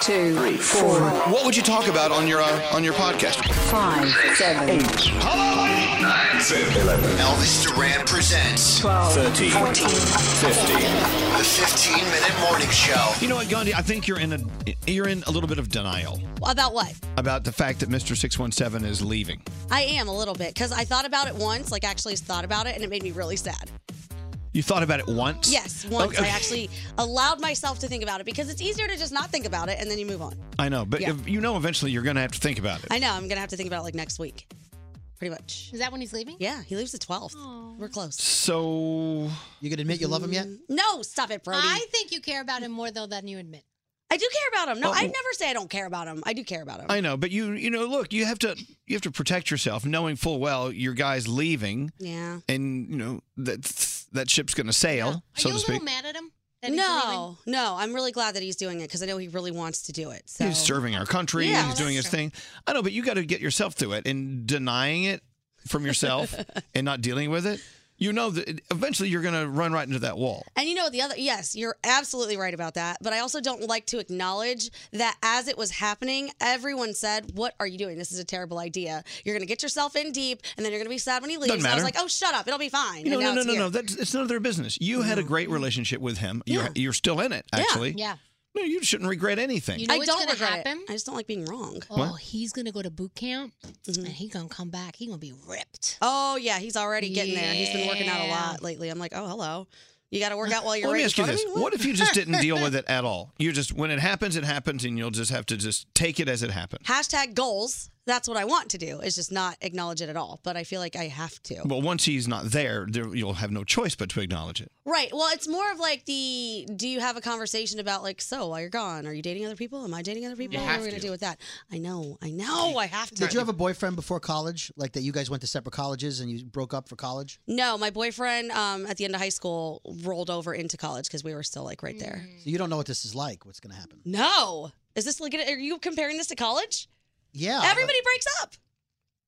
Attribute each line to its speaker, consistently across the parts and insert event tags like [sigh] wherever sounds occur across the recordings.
Speaker 1: two, three, four.
Speaker 2: What would you talk about on your uh, on your podcast?
Speaker 1: Five, seven, eight.
Speaker 2: Hello. Nine, seven, eleven. Elvis Duran presents.
Speaker 1: Twelve,
Speaker 2: 13,
Speaker 1: 14,
Speaker 2: 15. The 15 minute morning show.
Speaker 3: You know what, Gandhi? I think you're in a you're in a little bit of denial
Speaker 4: About what?
Speaker 3: about the fact that Mr. Six One Seven is leaving.
Speaker 4: I am a little bit because I thought about it once, like actually thought about it, and it made me really sad.
Speaker 3: You thought about it once.
Speaker 4: Yes, once
Speaker 3: Okay.
Speaker 4: I actually allowed myself to think about it because it's easier to just not think about it and then you move on.
Speaker 3: I know, but
Speaker 4: Yeah.
Speaker 3: if- you know, eventually you're going to have to think about it.
Speaker 4: I know I'm gonna have to think about it like next week, pretty much.
Speaker 5: Is that when he's leaving?
Speaker 4: Yeah, he leaves the 12th. We're close.
Speaker 3: So
Speaker 6: you gonna admit you love him yet?
Speaker 4: No, stop it, Brody.
Speaker 5: I think you care about him more though than you admit.
Speaker 4: I do care about him. No,
Speaker 3: Oh.
Speaker 4: I never say I don't care about him. I do care about him.
Speaker 3: I know, but you you know, look, you have to you have to protect yourself, knowing full well your guy's leaving,
Speaker 4: yeah.
Speaker 3: and you know that that ship's going to sail, so to speak.
Speaker 5: mad at him?
Speaker 4: No, no, I'm really glad that he's doing it because I know he really wants to do it. So
Speaker 3: He's serving our country.
Speaker 4: Yeah,
Speaker 3: he's
Speaker 4: that's
Speaker 3: doing his
Speaker 4: true.
Speaker 3: thing. I know, but you got to get yourself through it and denying it from yourself and not dealing with it. You know that eventually you're going to run right into that wall.
Speaker 4: And you know, the other, yes, you're absolutely right about that. But I also don't like to acknowledge that as it was happening, everyone said, What are you doing? This is a terrible idea. You're going to get yourself in deep, and then you're going to be sad when he leaves.
Speaker 3: Doesn't
Speaker 4: And I was
Speaker 3: matter.
Speaker 4: like, Oh, shut up. It'll be fine.
Speaker 3: You know,
Speaker 4: and now
Speaker 3: no, no,
Speaker 4: it's
Speaker 3: no,
Speaker 4: here.
Speaker 3: no. That's it's none of their business. You had a great relationship with him. You're, you're still in it, actually.
Speaker 5: Yeah.
Speaker 3: No, you shouldn't regret anything.
Speaker 5: You know
Speaker 4: I
Speaker 5: what's
Speaker 4: don't
Speaker 5: gonna
Speaker 4: regret it.
Speaker 5: happen?
Speaker 4: I just don't like being wrong. Mm-hmm.
Speaker 5: Oh,
Speaker 3: What?
Speaker 5: he's gonna go to boot camp and he's gonna come back. He's gonna be ripped.
Speaker 4: Oh, yeah. He's already getting there. He's been working out a
Speaker 5: Yeah.
Speaker 4: lot lately. I'm like, Oh, hello. You got to work out while you're
Speaker 3: Let
Speaker 4: right
Speaker 3: me
Speaker 4: in
Speaker 3: ask you
Speaker 4: front of
Speaker 3: this:
Speaker 4: me?
Speaker 3: What if you just
Speaker 4: [laughs]
Speaker 3: didn't deal with it at all? You just when it happens, it happens, and you'll just have to just take it as it happens.
Speaker 4: Hashtag goals. that's what I want to do is just not acknowledge it at all. But I feel like I have to.
Speaker 3: Well, once he's not there, there, you'll have no choice but to acknowledge it.
Speaker 4: Right. Well, it's more of like the do you have a conversation about like so while you're gone, are you dating other people? Am I dating other people? what are
Speaker 6: have
Speaker 4: we gonna
Speaker 6: to.
Speaker 4: do with that? I know, I know, I have to.
Speaker 6: Did you have a boyfriend before college? Like that you guys went to separate colleges and you broke up for college?
Speaker 4: No, my boyfriend um, at the end of high school rolled over into college because we were still like right there.
Speaker 6: So you don't know what this is like, what's going to happen.
Speaker 4: No, is this like? Are you comparing this to college?
Speaker 6: Yeah. Oh.
Speaker 4: Everybody breaks up.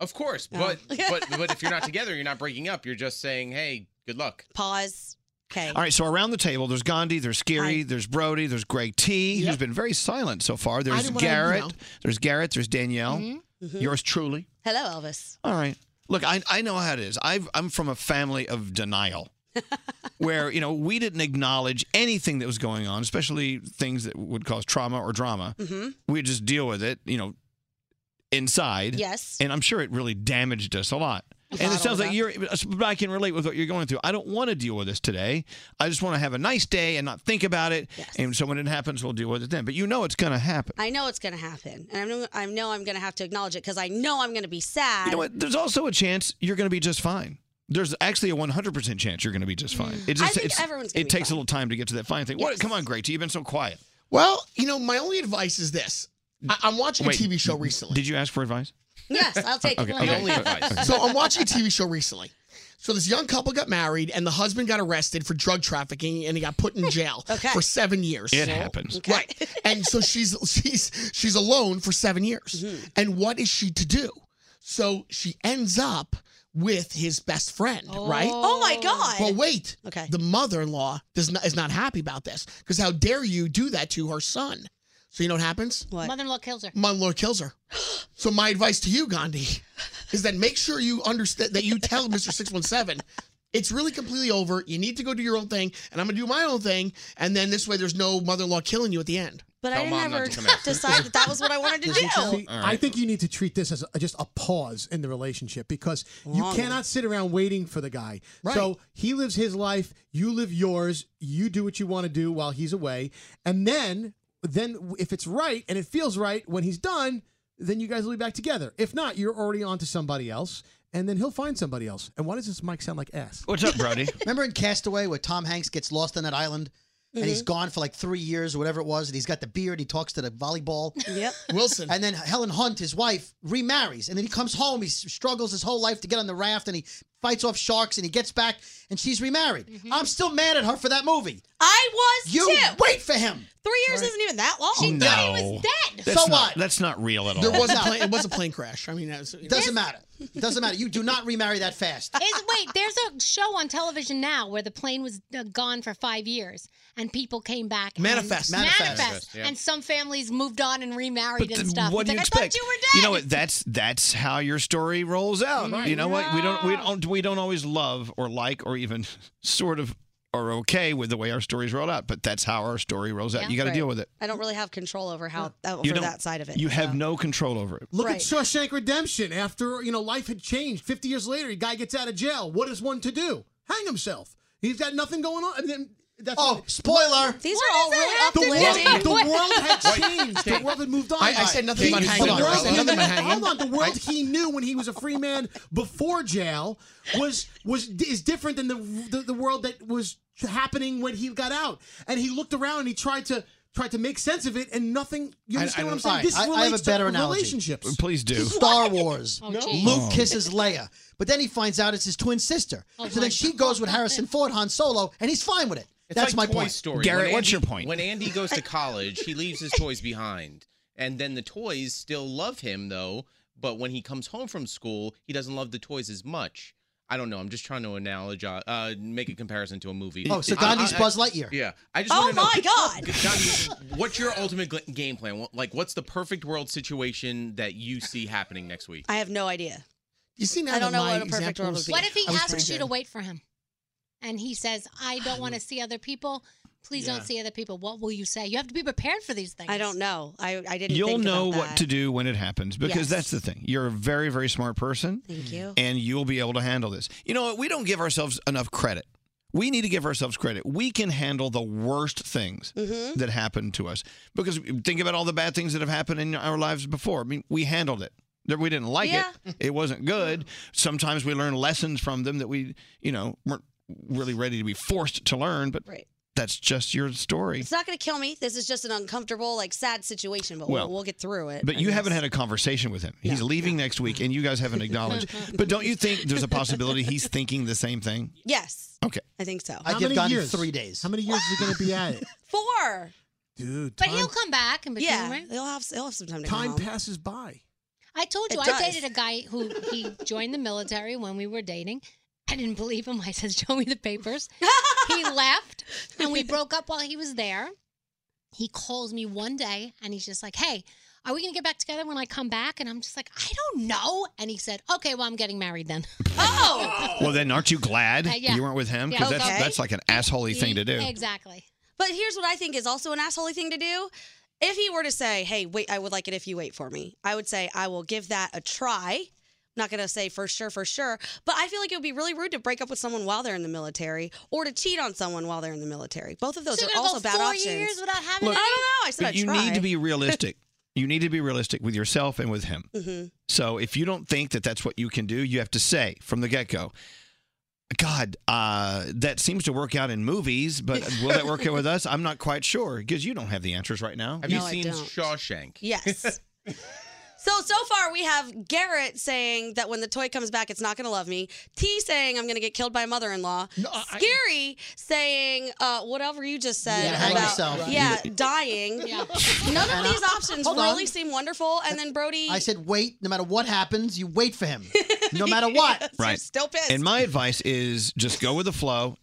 Speaker 7: Of course,
Speaker 4: No. [laughs]
Speaker 7: but
Speaker 6: [laughs]
Speaker 7: but but if you're not together, you're not breaking up. You're just saying, "Hey, good luck."
Speaker 4: Pause. Okay.
Speaker 3: All right, so around the table, there's Gandhi, there's Gary, there's Brody, there's Greg T, who's been very silent so far. There's
Speaker 4: didn't wanna, you
Speaker 3: Garrett,
Speaker 4: know.
Speaker 3: there's Garrett, there's Danielle,
Speaker 4: Mhm. Mhm.
Speaker 3: yours truly.
Speaker 4: Hello, Elvis.
Speaker 3: All right, look, I, I know how it is. I've, I'm from a family of
Speaker 4: [laughs]
Speaker 3: denial, where you know we didn't acknowledge anything that was going on, especially things that would cause trauma or drama.
Speaker 4: Mm-hmm.
Speaker 3: We just deal with it, you know, inside.
Speaker 4: Yes.
Speaker 3: and I'm sure it really damaged us a lot. And it
Speaker 4: Bottled
Speaker 3: sounds like
Speaker 4: up.
Speaker 3: you're, but I can relate with what you're going through. I don't want to deal with this today. I just want to have a nice day and not think about it. And so when it happens, we'll deal with it then. But you know it's going to happen.
Speaker 4: I know it's gonna happen, and I know I know I'm gonna have to acknowledge it because I know I'm gonna be sad.
Speaker 3: You know what? There's also a chance you're going to be just fine. There's actually a 100% chance you're going to be just fine. It
Speaker 6: Mm. I
Speaker 3: just
Speaker 6: think
Speaker 3: it's-
Speaker 6: everyone's gonna
Speaker 3: it
Speaker 6: be
Speaker 3: takes a little time to get to that fine thing. What? Come on, Greg. You've been so quiet.
Speaker 8: Well, you know, my only advice is this. I- I'm watching
Speaker 3: Wait,
Speaker 8: a TV show recently.
Speaker 3: Did you ask for advice?
Speaker 4: Yes, I'll take
Speaker 3: Okay, okay. Only [laughs] advice.
Speaker 8: so I'm watching a TV show recently. So this young couple got married, and the husband got arrested for drug trafficking, and he got put in
Speaker 4: [laughs]
Speaker 8: jail for seven years.
Speaker 3: It happens.
Speaker 8: right? And so she's she's she's alone for seven years.
Speaker 4: Mm-hmm.
Speaker 8: And what is she to do? So she ends up with his best friend, right?
Speaker 4: Oh, my God.
Speaker 8: Well, wait.
Speaker 4: Okay.
Speaker 8: The mother-in-law does not is not happy about this because how dare you do that to her son? So you know what happens? What?
Speaker 5: Mother-in-law kills her.
Speaker 8: Mother-in-law kills her. So my advice to you, Gandhi, is that make sure you understand that you tell Mr. 617, it's really completely over. You need to go do your own thing, and I'm gonna do my own thing, and then this way there's no mother-in-law killing you at the end.
Speaker 4: But I didn't ever decide that that was what I wanted to
Speaker 9: Does he tell-
Speaker 4: do.
Speaker 9: See, I think you need to treat this as a, just a pause in the relationship because you
Speaker 8: Long.
Speaker 9: cannot sit around waiting for the guy. So he lives his life, you live yours, you do what you want to do while he's away, and then then if it's right and it feels right when he's done, then you guys will be back together. If not, you're already on to somebody else. And then he'll find somebody else. And why does this mic sound like ass?
Speaker 3: What's up, Brody?
Speaker 6: Remember in Castaway where Tom Hanks gets lost on that island? And he's
Speaker 4: Mm-hmm.
Speaker 9: Mhm.
Speaker 6: gone for like three years or whatever it was, and he's got the beard. He talks to the volleyball. [laughs]
Speaker 4: Yep.
Speaker 8: Wilson.
Speaker 6: And then Helen Hunt, his wife, remarries, and then he comes home. He s- struggles his whole life to get on the raft, and he fights off sharks, and he gets back, and she's remarried. I'm still mad at her for that movie.
Speaker 4: Mm-hmm. I was
Speaker 6: You
Speaker 4: too.
Speaker 6: wait for him. Oh,
Speaker 4: Three years isn't even that long.
Speaker 3: Oh, no. That's
Speaker 6: so
Speaker 3: not,
Speaker 6: what?
Speaker 3: That's not real at all.
Speaker 8: There was a plane, it was a plane crash. I mean, uh, that was,
Speaker 6: Doesn't matter. Doesn't matter. You do not remarry that fast.
Speaker 5: Is, wait, there's a show on television now where the plane was uh, gone for five years and people came back. and-
Speaker 3: Manifest.
Speaker 5: manifest,
Speaker 3: Manifest. Manifest, yeah.
Speaker 5: and some families moved on and remarried and
Speaker 3: th-
Speaker 5: stuff.
Speaker 3: What do you
Speaker 5: It's like,
Speaker 3: expect?
Speaker 5: I thought you were Mm-hmm.
Speaker 3: You know what? That's that's how your story rolls out.
Speaker 5: Right.
Speaker 3: You know what? We don't we don't we don't always love or like or even [laughs] sort of are okay with the way our stories roll out, but that's how our story rolls out.
Speaker 4: Yeah.
Speaker 3: You got to
Speaker 4: Right.
Speaker 3: deal with it.
Speaker 4: I don't really have control over how
Speaker 3: you
Speaker 4: over
Speaker 3: don't-
Speaker 4: that side of it.
Speaker 3: You have no control over it.
Speaker 9: Look at Shawshank Redemption. After you know, life had changed. Fifty years later, a guy gets out of jail. What is one to do? Hang himself. He's got nothing going on. And then that's
Speaker 6: oh, spoiler!
Speaker 9: These
Speaker 6: What are all does that really have to do
Speaker 9: the world, the
Speaker 6: with-
Speaker 9: world had
Speaker 6: Wait,
Speaker 9: changed. The
Speaker 6: Kate.
Speaker 9: world had moved on.
Speaker 8: I- I said nothing about hanging. Hold
Speaker 9: The
Speaker 8: on,
Speaker 9: world,
Speaker 8: I said nothing about hanging.
Speaker 9: Hold on. The world he knew when he was a free man before jail was was is different than the the, the world that was happening when he got out. And he looked around and he tried to. Tried to make sense of it, and nothing. You
Speaker 6: I- I-
Speaker 9: understand what I'm saying?
Speaker 6: all right, I- I have
Speaker 9: relates
Speaker 6: a
Speaker 9: to
Speaker 6: better analogy.
Speaker 9: relationships.
Speaker 3: Please
Speaker 6: [laughs]
Speaker 3: do.
Speaker 6: Star Wars.
Speaker 9: Oh, No. geez.
Speaker 6: Luke
Speaker 9: Oh.
Speaker 6: kisses Leia, but then he finds out it's his twin sister.
Speaker 9: Oh,
Speaker 6: so
Speaker 9: my
Speaker 6: then she goes with Harrison Ford, Han Solo, and he's fine with it.
Speaker 7: It's
Speaker 6: That's my
Speaker 7: like Toy
Speaker 6: point.
Speaker 7: Story. When Andy- When Andy
Speaker 6: [laughs]
Speaker 7: goes to college, he leaves his toys behind, and then the toys still love him though. But when he comes home from school, he doesn't love the toys as much. I don't know. I'm just trying to analogize, uh, make a comparison to a movie.
Speaker 6: Oh, so
Speaker 7: I- I-
Speaker 6: Gandhi's
Speaker 7: I-
Speaker 6: Buzz Lightyear.
Speaker 7: Yeah, I just.
Speaker 6: Oh
Speaker 7: wanna know-
Speaker 6: my God.
Speaker 7: Gandhi, what's your ultimate gl- game plan? What- Like, what's the perfect world situation that you see happening next week?
Speaker 4: I have no idea.
Speaker 8: You see
Speaker 4: I don't know what a perfect world would be.
Speaker 5: What if he
Speaker 7: I was
Speaker 5: asks
Speaker 7: thinking-
Speaker 5: you to wait for him, and he says,
Speaker 3: [sighs]
Speaker 5: "I don't want to see other people. Please
Speaker 3: Yeah.
Speaker 5: don't see other people." What will you say? You have to be prepared for these things. I don't
Speaker 4: know. I I didn't.
Speaker 3: You'll know what to do when it happens
Speaker 5: Yes.
Speaker 3: because that's the thing. You're a very, very smart person.
Speaker 4: Thank you.
Speaker 3: And you'll be able to handle this. You know what? We don't give ourselves enough credit. We need to give ourselves credit. We can handle the worst things
Speaker 4: Mhm.
Speaker 3: that happen to us because think about all the bad things that have happened in our lives before. I mean, we handled it. that we didn't like
Speaker 4: Yeah. Mm-hmm.
Speaker 3: it. It
Speaker 4: [laughs]
Speaker 3: wasn't good. Sometimes we learn lessons from them that we, you know, weren't really ready to be forced to learn, but
Speaker 4: Right.
Speaker 3: that's just your story.
Speaker 4: It's not going to kill me. This is just an uncomfortable, like sad situation, but
Speaker 3: Well,
Speaker 4: we'll, we'll get through it.
Speaker 3: But
Speaker 4: I
Speaker 3: you
Speaker 4: guess.
Speaker 3: haven't had a conversation with him. He's leaving next week and you guys haven't [laughs] acknowledged. but don't you think there's a possibility he's thinking the same thing?
Speaker 4: Yes,
Speaker 3: Okay.
Speaker 4: I think so.
Speaker 9: How many years?
Speaker 6: three days.
Speaker 9: How many years is he going to be at it?
Speaker 4: Four.
Speaker 9: Dude,
Speaker 5: But
Speaker 9: time,
Speaker 5: he'll come back and between,
Speaker 4: Yeah,
Speaker 5: right?
Speaker 4: He'll have he'll have some time to come
Speaker 9: time
Speaker 4: home.
Speaker 9: passes by.
Speaker 5: I told you
Speaker 4: It
Speaker 5: I
Speaker 4: does.
Speaker 5: dated a guy who
Speaker 4: [laughs]
Speaker 5: he joined the military when we were dating. I didn't believe him. I said, "Show me the
Speaker 4: [laughs]
Speaker 5: papers." he left, and we broke up while he was there. He calls me one day, and he's just like, "Hey, are we gonna get back together when I come back?" And I'm just like, "I don't know." And he said, "Okay, well, I'm getting married then." [laughs]
Speaker 4: Oh,
Speaker 3: Well, then aren't you glad
Speaker 5: Uh, yeah.
Speaker 3: you weren't with him?
Speaker 5: Yeah.
Speaker 3: Because that's,
Speaker 4: Okay.
Speaker 3: that's like an assholey thing to do.
Speaker 5: exactly.
Speaker 4: But here's what I think is also an assholey thing to do. If he were to say, "Hey, wait, I would like it if you wait for me," I would say, "I will give that a try." I'm not gonna say for sure, for sure, but I feel like it would be really rude to break up with someone while they're in the military, or to cheat on someone while they're in the military. Both of those
Speaker 5: So
Speaker 4: are
Speaker 5: you're gonna
Speaker 4: also
Speaker 5: go
Speaker 4: bad
Speaker 5: four
Speaker 4: options.
Speaker 5: years without having
Speaker 4: I don't
Speaker 5: it?
Speaker 4: know. I said I
Speaker 3: But you
Speaker 4: try.
Speaker 3: need to be realistic. you need to be realistic with yourself and with him.
Speaker 6: Mm-hmm.
Speaker 4: Mhm.
Speaker 3: So if you don't think that that's what you can do, you have to say from the get go. God, uh, that seems to work out in
Speaker 4: [laughs]
Speaker 3: movies, but will that work out with us? I'm not quite sure because you don't have the answers right now.
Speaker 7: Have you seen Shawshank?
Speaker 9: [laughs]
Speaker 4: Yes. So so far we have Garrett saying that when the toy comes back, it's not going to love me. T saying I'm going to get killed by mother-in-law. Scary saying uh, whatever you just said
Speaker 6: Yeah, hang
Speaker 4: about
Speaker 6: yourself.
Speaker 4: yeah dying. None of
Speaker 6: And I-
Speaker 4: these options
Speaker 6: hold on.
Speaker 4: really seem wonderful. And then Brody,
Speaker 6: I said, wait. No matter what happens, you wait for him. No matter
Speaker 5: [laughs]
Speaker 6: what.
Speaker 3: right.
Speaker 4: still pissed.
Speaker 3: And my advice is just go with the flow,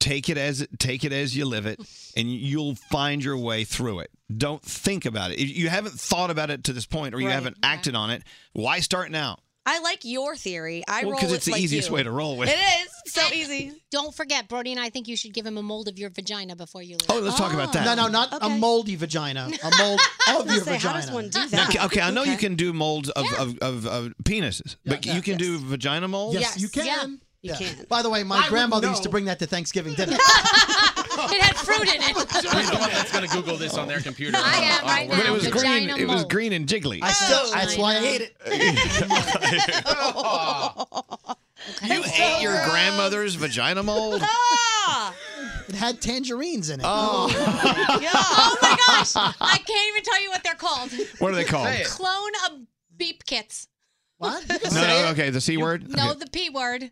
Speaker 3: take it as take it as you live it, and you'll find your way through it. Don't think about it. If you haven't thought about it to this point, or you
Speaker 4: Right.
Speaker 3: haven't acted on it, why start now?
Speaker 4: I like your theory. I
Speaker 3: Well,
Speaker 4: roll
Speaker 3: 'cause
Speaker 4: with
Speaker 3: it's the
Speaker 4: like
Speaker 3: easiest
Speaker 4: you.
Speaker 3: way to roll with.
Speaker 4: It is so easy.
Speaker 5: Don't forget, Brody and I think you should give him a mold of your vagina before you leave.
Speaker 3: [laughs] Oh, let's talk about that.
Speaker 6: No, no, not a moldy vagina. A
Speaker 4: [laughs]
Speaker 6: mold of your vagina.
Speaker 5: do
Speaker 3: Now, okay, okay, I know you can do molds of, of, of, of penises, but you can do vagina molds.
Speaker 6: Yes, you can.
Speaker 4: You can.
Speaker 6: By the way,
Speaker 3: I
Speaker 6: my
Speaker 3: would
Speaker 6: grandmother used
Speaker 3: know.
Speaker 6: to bring that to Thanksgiving
Speaker 4: [laughs]
Speaker 6: dinner.
Speaker 5: it had fruit in it.
Speaker 7: Who's the one that's gonna Google this on their computer?
Speaker 5: Oh. I am
Speaker 7: Oh,
Speaker 5: right
Speaker 7: wow.
Speaker 5: now. But it was
Speaker 3: green.
Speaker 5: Vagina
Speaker 3: It was
Speaker 5: mold. Oh
Speaker 3: green and jiggly.
Speaker 6: I still. that's why I hate it.
Speaker 5: [laughs]
Speaker 3: [laughs] you ate your grandmother's vagina mold.
Speaker 5: Ah!
Speaker 6: It had tangerines in it. [laughs]
Speaker 5: Oh my gosh! I can't even tell you what they're called.
Speaker 3: What are they called? Say it.
Speaker 5: Clone of beep kits.
Speaker 6: What?
Speaker 5: [laughs]
Speaker 3: No, no, okay, the c word.
Speaker 5: No,
Speaker 3: Okay.
Speaker 5: the p word.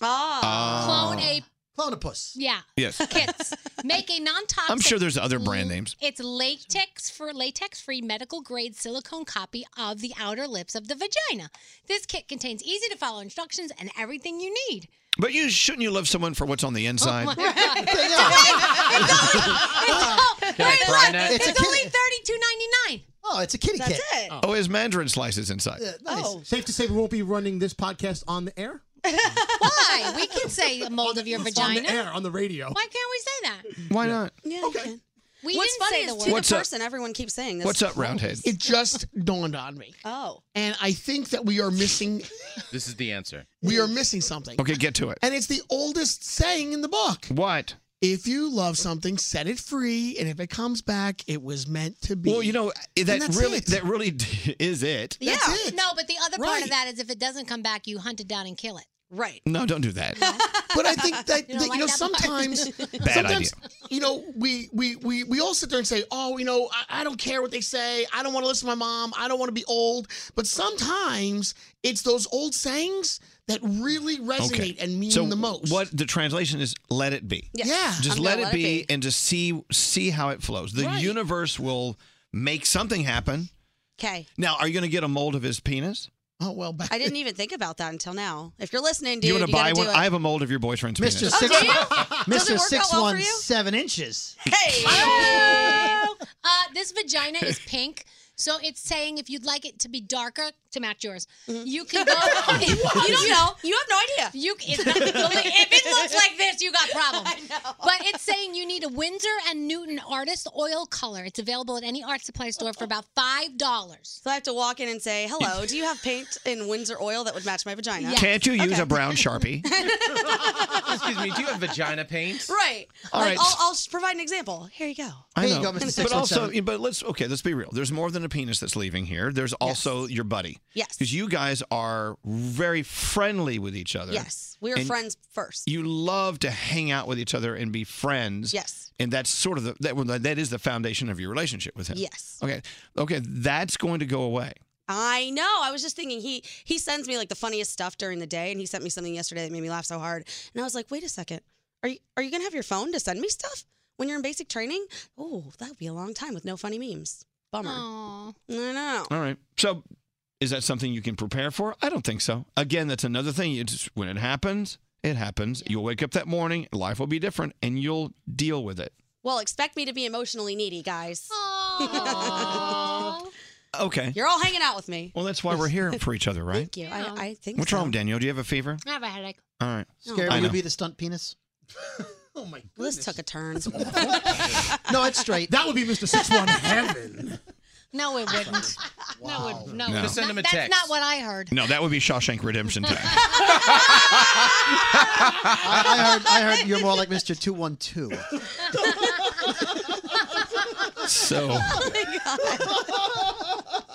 Speaker 3: Ah.
Speaker 5: Clone a.
Speaker 6: Clonopus.
Speaker 5: Yeah.
Speaker 3: Yes.
Speaker 5: Kits. Make a non-toxic.
Speaker 3: I'm sure there's other brand names.
Speaker 5: It's latex for latex-free medical-grade silicone copy of the outer lips of the vagina. This kit contains easy-to-follow instructions and everything you need.
Speaker 3: But you shouldn't you love someone for what's on the inside?
Speaker 5: Oh my
Speaker 8: [laughs]
Speaker 5: God. It's
Speaker 3: Can I
Speaker 5: only-
Speaker 3: try
Speaker 5: It's
Speaker 3: that?
Speaker 5: only-
Speaker 3: It's a
Speaker 5: it's only thirty-two ninety-nine.
Speaker 6: Oh, it's a kitty
Speaker 5: That's
Speaker 6: kit. Oh,
Speaker 5: it.
Speaker 3: Oh, it has mandarin slices inside.
Speaker 8: Oh,
Speaker 9: Nice.
Speaker 5: Oh,
Speaker 9: Safe to say we won't be running this podcast on the air.
Speaker 5: Why? We can say a mold
Speaker 8: [laughs]
Speaker 5: of your
Speaker 9: It's
Speaker 5: vagina.
Speaker 9: on the air on the radio.
Speaker 5: Why can't we say that?
Speaker 3: Why not?
Speaker 4: Yeah, okay.
Speaker 5: We
Speaker 4: What's
Speaker 5: didn't
Speaker 4: funny
Speaker 5: say
Speaker 4: is
Speaker 5: the
Speaker 4: to
Speaker 5: word.
Speaker 3: What's
Speaker 4: the
Speaker 3: up?
Speaker 4: person, everyone keeps saying this.
Speaker 3: What's up, Roundhead?
Speaker 8: It just dawned on me.
Speaker 4: Oh.
Speaker 8: And I think that we are missing
Speaker 7: This is the answer.
Speaker 8: we are missing something.
Speaker 3: Okay, get to it.
Speaker 8: And it's the oldest saying in the book.
Speaker 3: What?
Speaker 8: If you love something, set it free, and if it comes back, it was meant to be.
Speaker 3: Well, you know
Speaker 8: And
Speaker 3: that
Speaker 8: that's
Speaker 3: really
Speaker 8: it.
Speaker 3: that really [laughs] is it.
Speaker 5: Yeah. No, but the other part
Speaker 8: Right.
Speaker 5: of that is if it doesn't come back, you hunt it down and kill it.
Speaker 4: Right.
Speaker 3: No, don't do that.
Speaker 8: But I
Speaker 5: [laughs]
Speaker 8: think that, that, you,
Speaker 5: don't like
Speaker 8: know
Speaker 5: that part? [laughs]
Speaker 8: sometimes,
Speaker 3: Bad
Speaker 8: sometimes
Speaker 3: idea.
Speaker 8: you know we, we we we all sit there and say, oh, you know, I, I don't care what they say. I don't want to listen to my mom. I don't want to be old. But sometimes it's those old sayings that really resonate and mean
Speaker 3: so
Speaker 8: the most.
Speaker 3: What the translation is let it be.
Speaker 8: Yes. Yeah.
Speaker 3: Just
Speaker 8: I'm
Speaker 3: let,
Speaker 8: gonna
Speaker 3: it,
Speaker 8: let it
Speaker 3: be, and just see see how it flows. The
Speaker 4: Right.
Speaker 3: universe will make something happen.
Speaker 4: Okay.
Speaker 3: Now, are you going to get a mold of his penis?
Speaker 8: Oh well.
Speaker 4: I didn't even think about that until now. If you're listening, dude,
Speaker 3: you want to buy
Speaker 4: gotta
Speaker 3: one?
Speaker 4: do it.
Speaker 3: I have a mold of your boyfriend's
Speaker 6: Mr.
Speaker 3: penis.
Speaker 6: Six,
Speaker 4: Does it
Speaker 6: Mr.
Speaker 4: work out
Speaker 6: Six
Speaker 4: well for
Speaker 6: One
Speaker 4: you?
Speaker 6: Seven Inches.
Speaker 5: Uh, this vagina is pink. So it's saying if you'd like it to be darker to match yours, you can go.
Speaker 4: You don't know. You have no idea.
Speaker 5: You it's not, if it looks like this, you got problems. But it's saying you need a Windsor and Newton artist oil color. It's available at [laughs] any art supply store for about five dollars.
Speaker 4: So I have to walk in and say, "Hello, do you have paint in Windsor oil that would match my vagina?"
Speaker 3: Can't you use
Speaker 4: Okay.
Speaker 3: a brown sharpie?
Speaker 7: Excuse me. Do you have vagina paint?
Speaker 4: [laughs] Right.
Speaker 3: All
Speaker 4: like,
Speaker 3: right.
Speaker 4: I'll, I'll s- provide an example. Here you go.
Speaker 3: I
Speaker 4: oh
Speaker 3: know. but also, but let's okay. Let's be real. There's more than a penis that's leaving here. There's also your buddy.
Speaker 4: Yes.
Speaker 3: Because you guys are very friendly with each other.
Speaker 4: Yes. We were
Speaker 3: And
Speaker 4: friends first.
Speaker 3: You love to hang out with each other and be friends.
Speaker 4: Yes.
Speaker 3: And that's sort of the that well, that is the foundation of your relationship with him.
Speaker 4: Yes.
Speaker 3: Okay. Okay. That's going to go away.
Speaker 4: I know. I was just thinking he he sends me like the funniest stuff during the day, and he sent me something yesterday that made me laugh so hard. And I was like, wait a second, are you are you gonna have your phone to send me stuff when you're in basic training? Oh, that would be a long time with no funny memes. Bummer. I know.
Speaker 3: All right. So is that something you can prepare for? I don't think so. Again, that's another thing. It's when it happens, it happens. You'll wake up that morning, life will be different, and you'll deal with it.
Speaker 4: Well, expect me to be emotionally needy, guys.
Speaker 3: Okay.
Speaker 4: [laughs] you're all hanging out with me.
Speaker 3: Well, that's why we're here for
Speaker 4: [laughs]
Speaker 3: each other, right?
Speaker 4: Thank you. I, I think.
Speaker 3: What's
Speaker 4: so.
Speaker 3: wrong, Danielle? Do you have a fever?
Speaker 4: I have a headache.
Speaker 3: All right.
Speaker 6: Scary
Speaker 3: I
Speaker 6: would
Speaker 3: know.
Speaker 6: be the stunt [laughs] penis.
Speaker 4: Oh my goodness. This took a turn. [laughs]
Speaker 6: No, it's straight. That would be Mr. Six One
Speaker 5: [laughs]
Speaker 6: Heaven.
Speaker 5: No, it wouldn't. No, it no.
Speaker 3: No. Just send him a
Speaker 5: That's
Speaker 3: text.
Speaker 5: not what I heard.
Speaker 3: No, that would be
Speaker 4: [laughs]
Speaker 3: Shawshank Redemption time.
Speaker 6: I, I heard. I heard you're more like Mr. Two One Two.
Speaker 3: [laughs] So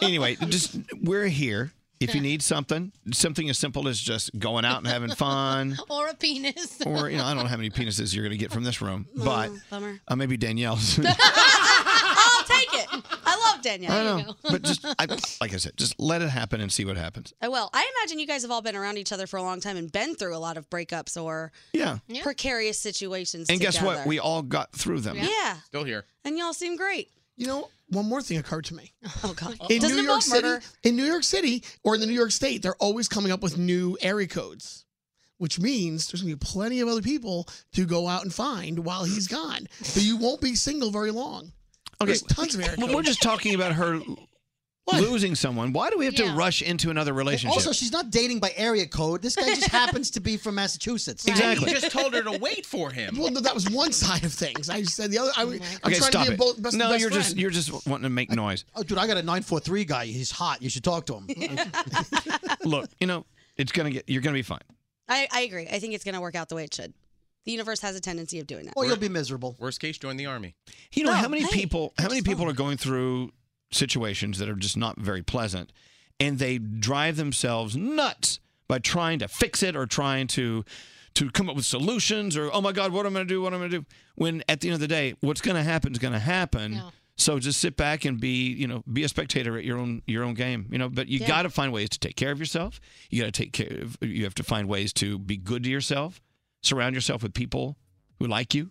Speaker 3: anyway, just we're here. If you need something, something as simple as just going out and
Speaker 4: [laughs]
Speaker 3: having fun,
Speaker 5: [laughs] Or a penis.
Speaker 3: or you know, I don't know how many penises you're going to get from this room,
Speaker 4: Mm.
Speaker 3: but
Speaker 4: Bummer.
Speaker 3: uh, maybe Danielle's.
Speaker 4: I'll take it. I love Danielle.
Speaker 3: I know, but just [laughs] I, [laughs] like I said, just let it happen and see what happens.
Speaker 4: I will. I imagine you guys have all been around each other for a long time and been through a lot of breakups or
Speaker 3: Yeah.
Speaker 4: precarious situations.
Speaker 3: And guess what?
Speaker 4: together.
Speaker 3: We all got through them.
Speaker 4: Yeah. Yeah.
Speaker 3: Still here.
Speaker 4: and y'all seem great.
Speaker 8: You know, one more thing occurred to me.
Speaker 4: Oh God!
Speaker 8: In
Speaker 4: Doesn't
Speaker 8: New York
Speaker 4: involve
Speaker 8: City,
Speaker 4: murder.
Speaker 8: in New York City or in the New York State, they're always coming up with new area codes, which means there's gonna be plenty of other people to go out and find while he's gone. so you won't be single very long.
Speaker 3: Okay.
Speaker 8: There's tons of area
Speaker 3: Well,
Speaker 8: codes.
Speaker 3: we're just talking
Speaker 4: [laughs]
Speaker 3: about her losing someone. Why do we have to rush into another relationship?
Speaker 6: Also, she's not dating by area code. This guy just happens to be from Massachusetts.
Speaker 3: Exactly. He
Speaker 7: just told her to wait for him.
Speaker 8: Well, no, that was one side of things. I said the other. I, am
Speaker 3: okay,
Speaker 8: trying
Speaker 3: stop
Speaker 8: to be
Speaker 3: it.
Speaker 8: a bo- best,
Speaker 3: no,
Speaker 8: best
Speaker 3: you're
Speaker 8: friend.
Speaker 3: just you're just wanting to make noise.
Speaker 6: Oh, dude, I got a nine four three guy. He's hot. You should talk to him.
Speaker 4: [laughs]
Speaker 3: Look, you know, it's gonna get. You're gonna be fine.
Speaker 4: I, I agree. I think it's going to work out the way it should. The universe has a tendency of doing that.
Speaker 6: Or you'll be miserable.
Speaker 7: Worst case, join the army.
Speaker 3: You know how many people how many people are going through situations that are just not very pleasant and they drive themselves nuts by trying to fix it or trying to to come up with solutions or oh my god what am I going to do what am I going to do when at the end of the day what's going to happen is going to happen so just sit back and be you know be a spectator at your own your own game you know but you
Speaker 10: Yeah.
Speaker 3: got to find ways to take care of yourself you got to take care of you have to find ways to be good to yourself surround yourself with people who like you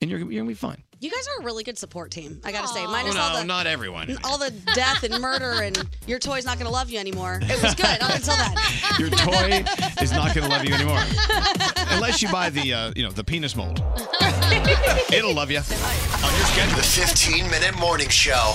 Speaker 3: and you're, you're going to be fine
Speaker 4: You guys are a really good support team. I got to say. Minus
Speaker 3: no,
Speaker 4: all the [laughs]
Speaker 3: not everyone.
Speaker 4: all the death and murder and your toy's not going to love you anymore. It
Speaker 3: [laughs]
Speaker 4: was good up until that.
Speaker 3: Your toy is not going to love you anymore, unless you buy the uh, you know the penis
Speaker 4: [laughs]
Speaker 3: mold. It'll love you. On your schedule.
Speaker 2: The 15 minute morning show.